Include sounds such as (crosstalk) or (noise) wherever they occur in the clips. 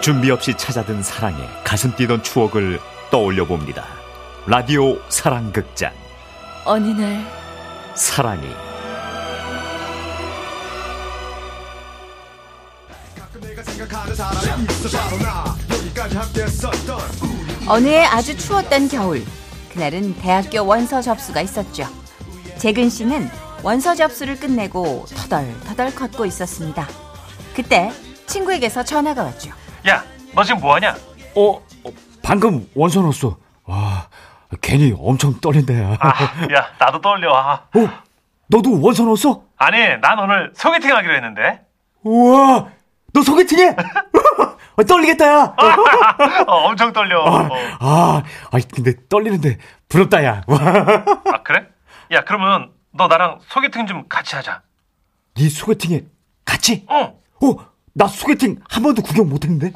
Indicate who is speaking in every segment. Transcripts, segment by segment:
Speaker 1: 준비 없이 찾아든 사랑에 가슴 뛰던 추억을 떠올려 봅니다. 라디오 사랑극장
Speaker 2: 어느 날
Speaker 1: 사랑이
Speaker 2: 어느 해 아주 추웠던 겨울 그날은 대학교 원서 접수가 있었죠. 재근 씨는 원서 접수를 끝내고 터덜터덜 걷고 있었습니다. 그때 친구에게서 전화가 왔죠.
Speaker 3: 야, 너 지금 뭐하냐?
Speaker 4: 어, 어, 방금 원서 넣었어. 와, 괜히 엄청 떨린다. (laughs)
Speaker 3: 아, 야, 나도 떨려. 아.
Speaker 4: 어, 너도 원서 넣었어?
Speaker 3: 아니, 난 오늘 소개팅 하기로 했는데.
Speaker 4: 우와, 너 소개팅해? (laughs) 어, 떨리겠다, 야.
Speaker 3: 어, 엄청 떨려.
Speaker 4: 아,
Speaker 3: 어.
Speaker 4: 아, 아이, 근데 떨리는데 부럽다, 야. 와,
Speaker 3: 아, 그래? 야, 그러면 너 나랑 소개팅 좀 같이 하자.
Speaker 4: 네 소개팅에 같이?
Speaker 3: 응.
Speaker 4: 어, 나 소개팅 한 번도 구경 못했는데?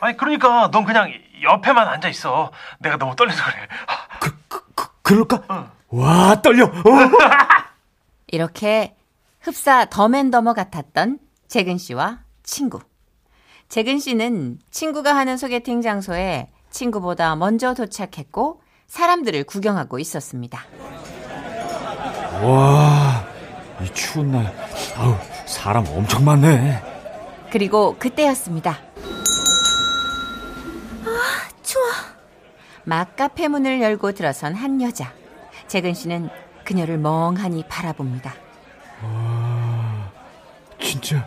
Speaker 3: 아니, 그러니까 넌 그냥 옆에만 앉아 있어. 내가 너무 떨려서 그래. 아,
Speaker 4: 그, 그, 그 그럴까? 와, 떨려. 어.
Speaker 2: 이렇게 흡사 더맨더머 같았던 재근 씨와 친구. 재근 씨는 친구가 하는 소개팅 장소에 친구보다 먼저 도착했고 사람들을 구경하고 있었습니다.
Speaker 4: 와, 이 추운 날, 아우, 사람 엄청 많네.
Speaker 2: 그리고 그때였습니다.
Speaker 5: 아, 추워.
Speaker 2: 막 카페 문을 열고 들어선 한 여자. 재근 씨는 그녀를 멍하니 바라봅니다.
Speaker 4: 진짜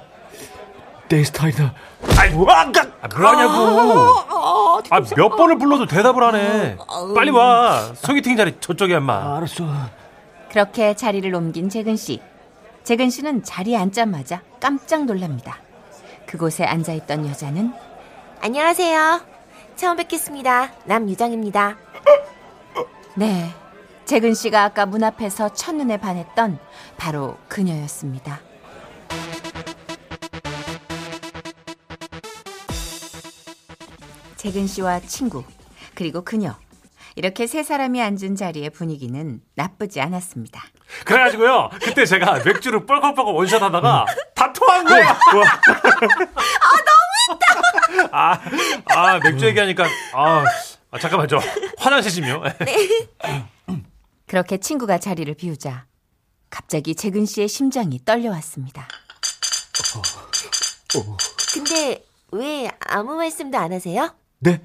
Speaker 4: 내 스타일이다. 아이,
Speaker 6: 뭐,
Speaker 4: 아까
Speaker 6: 뭐라냐고. 아, 몇 번을 불러도 대답을 하네. 빨리 와. 소개팅 자리 저쪽에 엄마.
Speaker 4: 알았어.
Speaker 2: 그렇게 자리를 옮긴 재근 씨. 재근 씨는 자리에 앉자마자 깜짝 놀랍니다. 그곳에 앉아있던 여자는
Speaker 5: 안녕하세요. 처음 뵙겠습니다. 남유정입니다.
Speaker 2: 네. 재근 씨가 아까 문 앞에서 첫눈에 반했던 바로 그녀였습니다. 재근 씨와 친구, 그리고 그녀. 이렇게 세 사람이 앉은 자리의 분위기는 나쁘지 않았습니다.
Speaker 6: 그래가지고요. 그때 제가 맥주를 뻘컥뻘컥 원샷 하다가 다 토한 거예요. 아, 너무했다. 아, 맥주 얘기하니까, 아, 아, 잠깐만, 저 화장실 좀요.
Speaker 2: 그렇게 친구가 자리를 비우자 갑자기 재근 씨의 심장이 떨려왔습니다.
Speaker 5: 근데 왜 아무 말씀도 안 하세요?
Speaker 4: 네?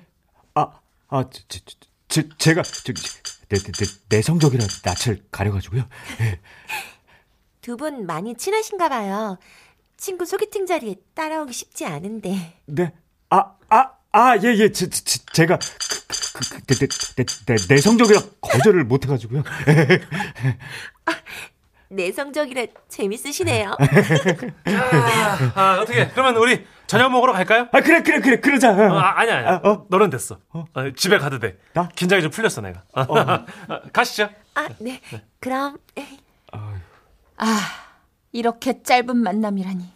Speaker 4: 아, 아, 제, 제, 제, 제가 저, 저, 내, 내, 내, 내성적이라 낯을 가려가지고요. 예.
Speaker 5: 두 분 많이 친하신가 봐요. 친구 소개팅 자리에 따라오기 쉽지 않은데.
Speaker 4: 네. 아, 아, 아, 예, 예. 제, 제, 제- 제가 그, 그, 그, 내, 내, 내, 내, 내성적이라 거절을 못해가지고요. (laughs) 예.
Speaker 5: 내성적이라 재밌으시네요.
Speaker 6: 아, 어떻게, 그러면 우리 저녁 먹으러 갈까요?
Speaker 4: 아, 그래, 그래, 그래, 그러자.
Speaker 6: 아, 아니야, 아니야.
Speaker 4: 아, 어?
Speaker 6: 너는 됐어. 어, 집에 가도 돼.
Speaker 4: 나?
Speaker 6: 긴장이 좀 풀렸어, 내가. 아, 가시죠.
Speaker 5: 아, 네. 그럼
Speaker 2: 아, 이렇게 짧은 만남이라니.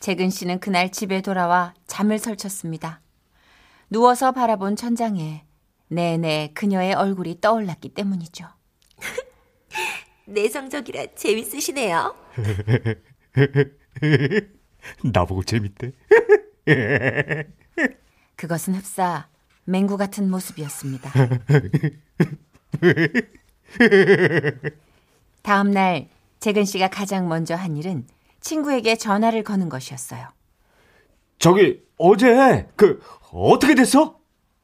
Speaker 2: 재근 씨는 그날 집에 돌아와 잠을 설쳤습니다. 누워서 바라본 천장에 내내 그녀의 얼굴이 떠올랐기 때문이죠.
Speaker 5: (laughs) 내성적이라 재밌으시네요.
Speaker 4: 나보고 재밌대.
Speaker 2: 그것은 흡사 맹구 같은 모습이었습니다. 다음 날 재근 씨가 가장 먼저 한 일은 친구에게 전화를 거는 것이었어요.
Speaker 4: 저기, 어제, 그, 어떻게 됐어?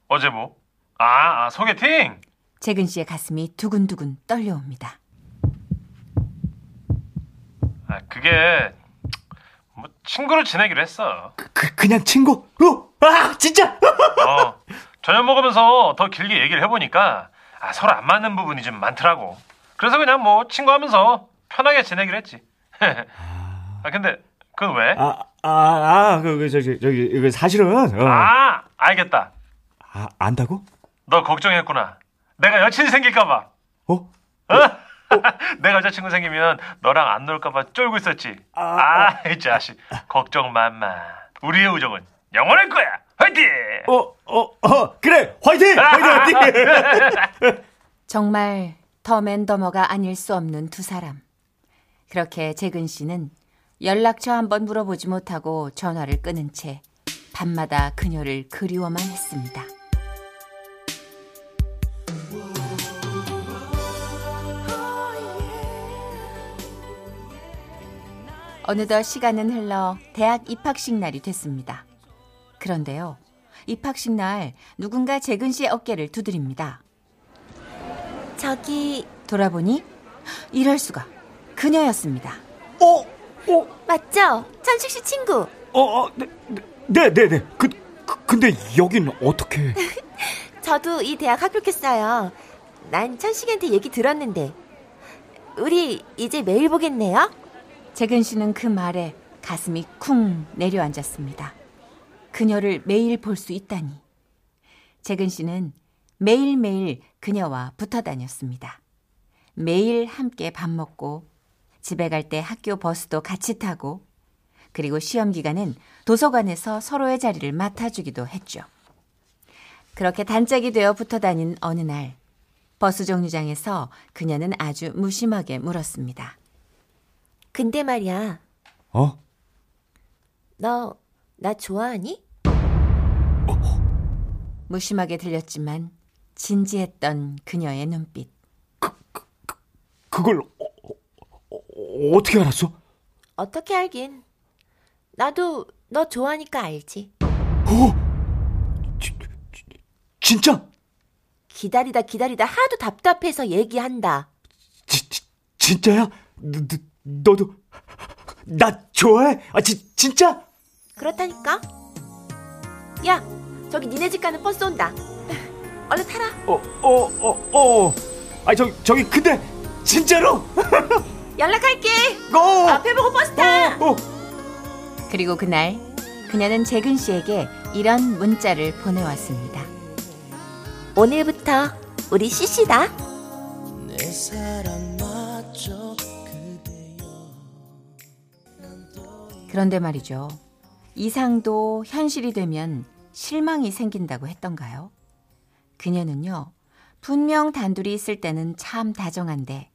Speaker 3: 어제 뭐? 아, 아, 소개팅?
Speaker 2: 재근 씨의 가슴이 두근두근 떨려옵니다.
Speaker 3: 아, 그게 뭐 친구로 지내기로 했어.
Speaker 4: 그, 그, 그냥 친구? 어? 아, 진짜?
Speaker 3: 어, 저녁 먹으면서 더 길게 얘기를 해보니까 아, 서로 안 맞는 부분이 좀 많더라고. 그래서 그냥 뭐 친구하면서 편하게 지내기로 (laughs) 했지. 아, 근데 그건 왜?
Speaker 4: 아, 아, 아, 그, 그, 저기, 저기, 이거 사실은. 어.
Speaker 3: 아, 알겠다.
Speaker 4: 아, 안다고?
Speaker 3: 너 걱정했구나. 내가 여친 생길까봐.
Speaker 4: 어?
Speaker 3: (laughs) 내가 여자친구 생기면 너랑 안 놀까봐 쫄고 있었지. 아,
Speaker 6: 어.
Speaker 3: 이 자식. 걱정 마마. 우리의 우정은 영원할 거야. 화이팅!
Speaker 4: 어, 어, 어, 그래! 화이팅! 화이팅, 화이팅!
Speaker 2: 정말 더맨더머가 아닐 수 없는 두 사람. 그렇게 재근 씨는 연락처 한번 물어보지 못하고 전화를 끊은 채 밤마다 그녀를 그리워만 했습니다. 어느덧 시간은 흘러 대학 입학식 날이 됐습니다. 그런데요, 입학식 날 누군가 재근 씨의 어깨를 두드립니다.
Speaker 5: 저기
Speaker 2: 돌아보니 이럴 수가 그녀였습니다.
Speaker 5: 맞죠? 천식 씨 친구.
Speaker 4: 어, 어, 네, 네, 네, 네. 그, 그, 근데 여긴 어떻게?
Speaker 5: 저도 이 대학 합격했어요. 난 천식이한테 얘기 들었는데. 우리 이제 매일 보겠네요.
Speaker 2: 재근 씨는 그 말에 가슴이 쿵 내려앉았습니다. 그녀를 매일 볼 수 있다니. 재근 씨는 매일매일 그녀와 붙어 다녔습니다. 매일 함께 밥 먹고 집에 갈 때 학교 버스도 같이 타고 그리고 시험 기간엔 도서관에서 서로의 자리를 맡아주기도 했죠. 그렇게 단짝이 되어 붙어 다닌 어느 날 버스 정류장에서 그녀는 아주 무심하게 물었습니다.
Speaker 5: 근데 말이야,
Speaker 4: 어?
Speaker 5: 너 나 좋아하니?
Speaker 2: 무심하게 들렸지만 진지했던 그녀의 눈빛.
Speaker 4: 그걸 어, 어, 어, 어떻게 알았어?
Speaker 5: 어떻게 알긴. 나도 너 좋아하니까 알지.
Speaker 4: 진짜?
Speaker 5: 기다리다 기다리다 하도 답답해서 얘기한다.
Speaker 4: 지, 지, 진짜야? 너, 너, 너도 나 좋아해? 아, 지, 진짜?
Speaker 5: 그렇다니까. 야, 저기 니네 집 가는 버스 온다. (laughs) 얼른 타라.
Speaker 4: 어, 어, 어, 어. 아, 저, 저기 근데 진짜로? 어,
Speaker 5: 연락할게.
Speaker 4: 고!
Speaker 5: 앞에 보고 버스 타.
Speaker 4: 어,
Speaker 2: 그리고 그날 그녀는 재근 씨에게 이런 문자를 보내왔습니다.
Speaker 5: 오늘부터 우리 CC다.
Speaker 2: 그런데 말이죠. 이상도 현실이 되면 실망이 생긴다고 했던가요? 그녀는요, 분명 단둘이 있을 때는 참 다정한데,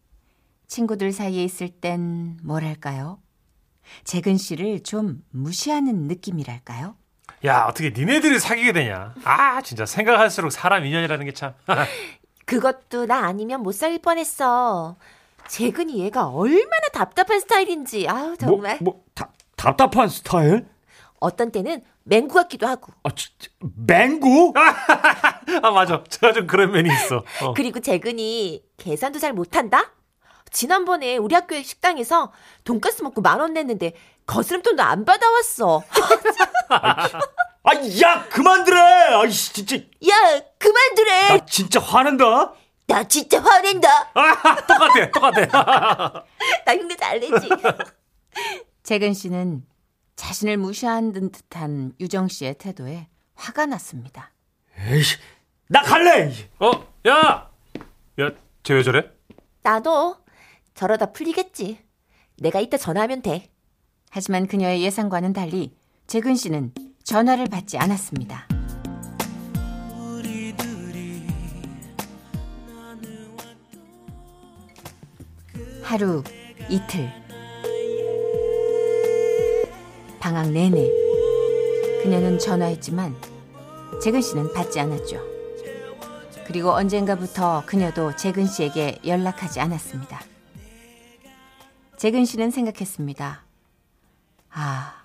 Speaker 2: 친구들 사이에 있을 땐 뭐랄까요? 재근 씨를 좀 무시하는 느낌이랄까요?
Speaker 6: 야 어떻게 니네들이 사귀게 되냐? 아 진짜 생각할수록 사람 인연이라는 게 참.
Speaker 5: 그것도 나 아니면 못 살릴 뻔했어. 재근이 얘가 얼마나 답답한 스타일인지. 아우 정말.
Speaker 4: 뭐, 뭐 다, 답답한 스타일?
Speaker 5: 어떤 때는 맹구 같기도 하고.
Speaker 4: 아, 진짜 맹구?
Speaker 6: (laughs) 아 맞아, 제가 좀 그런 면이 있어. 어.
Speaker 5: 그리고 재근이 계산도 잘 못한다? 지난번에 우리 학교의 식당에서 돈가스 먹고 만 원 냈는데 거스름돈도 안 받아왔어.
Speaker 4: 아, 야, 그만들래! 아이씨, 진짜,
Speaker 5: 야 그만두래.
Speaker 4: 나 진짜 화낸다.
Speaker 5: 나 진짜 화낸다.
Speaker 6: 아, 똑같아, 똑같아.
Speaker 5: 나 흉내 잘 내지.
Speaker 2: 재근 씨는 자신을 무시한 듯한 유정 씨의 태도에 화가 났습니다.
Speaker 4: 에이씨, 나 갈래!
Speaker 6: 어, 야, 야, 쟤 왜 저래?
Speaker 5: 나도 저러다 풀리겠지. 내가 이따 전화하면 돼.
Speaker 2: 하지만 그녀의 예상과는 달리 재근 씨는 전화를 받지 않았습니다. 하루, 이틀. 방학 내내 그녀는 전화했지만 재근 씨는 받지 않았죠. 그리고 언젠가부터 그녀도 재근 씨에게 연락하지 않았습니다. 재근 씨는 생각했습니다. 아,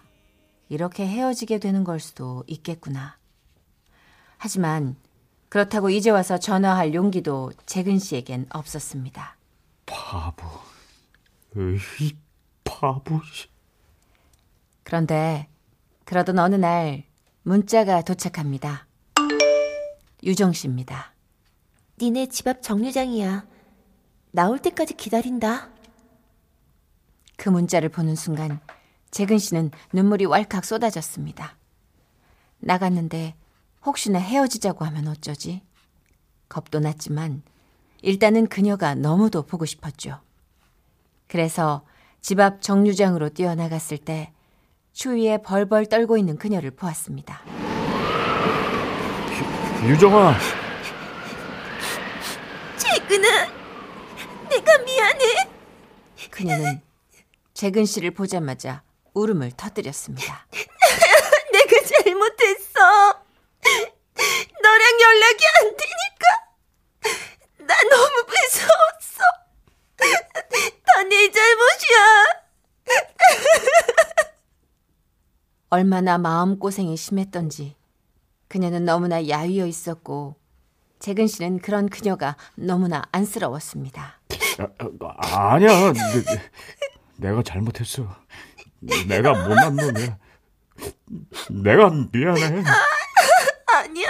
Speaker 2: 이렇게 헤어지게 되는 걸 수도 있겠구나. 하지만 그렇다고 이제 와서 전화할 용기도 재근 씨에겐 없었습니다.
Speaker 4: 바보. 에이, 바보. 씨.
Speaker 2: 그런데 그러던 어느 날 문자가 도착합니다. 유정 씨입니다.
Speaker 5: 니네 집 앞 정류장이야. 나올 때까지 기다린다.
Speaker 2: 그 문자를 보는 순간 재근 씨는 눈물이 왈칵 쏟아졌습니다. 나갔는데 혹시나 헤어지자고 하면 어쩌지? 겁도 났지만 일단은 그녀가 너무도 보고 싶었죠. 그래서 집 앞 정류장으로 뛰어나갔을 때 추위에 벌벌 떨고 있는 그녀를 보았습니다.
Speaker 4: 유정아,
Speaker 5: 재근아, 내가 미안해.
Speaker 2: 그녀는
Speaker 5: (laughs)
Speaker 2: 재근 씨를 보자마자 울음을 터뜨렸습니다.
Speaker 5: 내가 잘못. 잘못했어. 너랑 연락이 안 되니까 나 너무 무서웠어. 다 내 잘못이야.
Speaker 2: 얼마나 마음고생이 심했던지 그녀는 너무나 야위어 있었고 재근 씨는 그런 그녀가 너무나 안쓰러웠습니다.
Speaker 4: 아, 아, 아니야. 내, 가 잘못했어. 내가 못난 놈이야. 내가 미안해.
Speaker 5: 아, 아니야.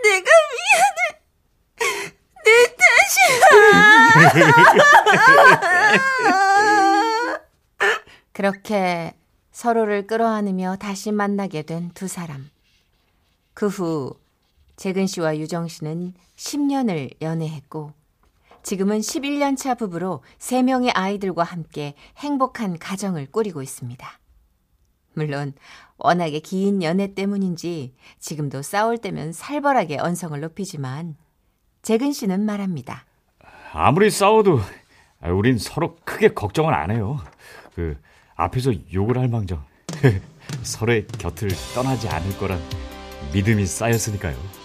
Speaker 5: 내가 미안해. 내 탓이야.
Speaker 2: 그렇게 서로를 끌어안으며 다시 만나게 된 두 사람. 그 후 재근 씨와 유정 씨는 10년을 연애했고 지금은 11년 차 부부로 3명의 아이들과 함께 행복한 가정을 꾸리고 있습니다. 물론 워낙에 긴 연애 때문인지 지금도 싸울 때면 살벌하게 언성을 높이지만 재근 씨는 말합니다.
Speaker 4: 아무리 싸워도 우린 서로 크게 걱정은 안 해요. 그 앞에서 욕을 할 (laughs) 망정 서로의 곁을 떠나지 않을 거란 믿음이 쌓였으니까요.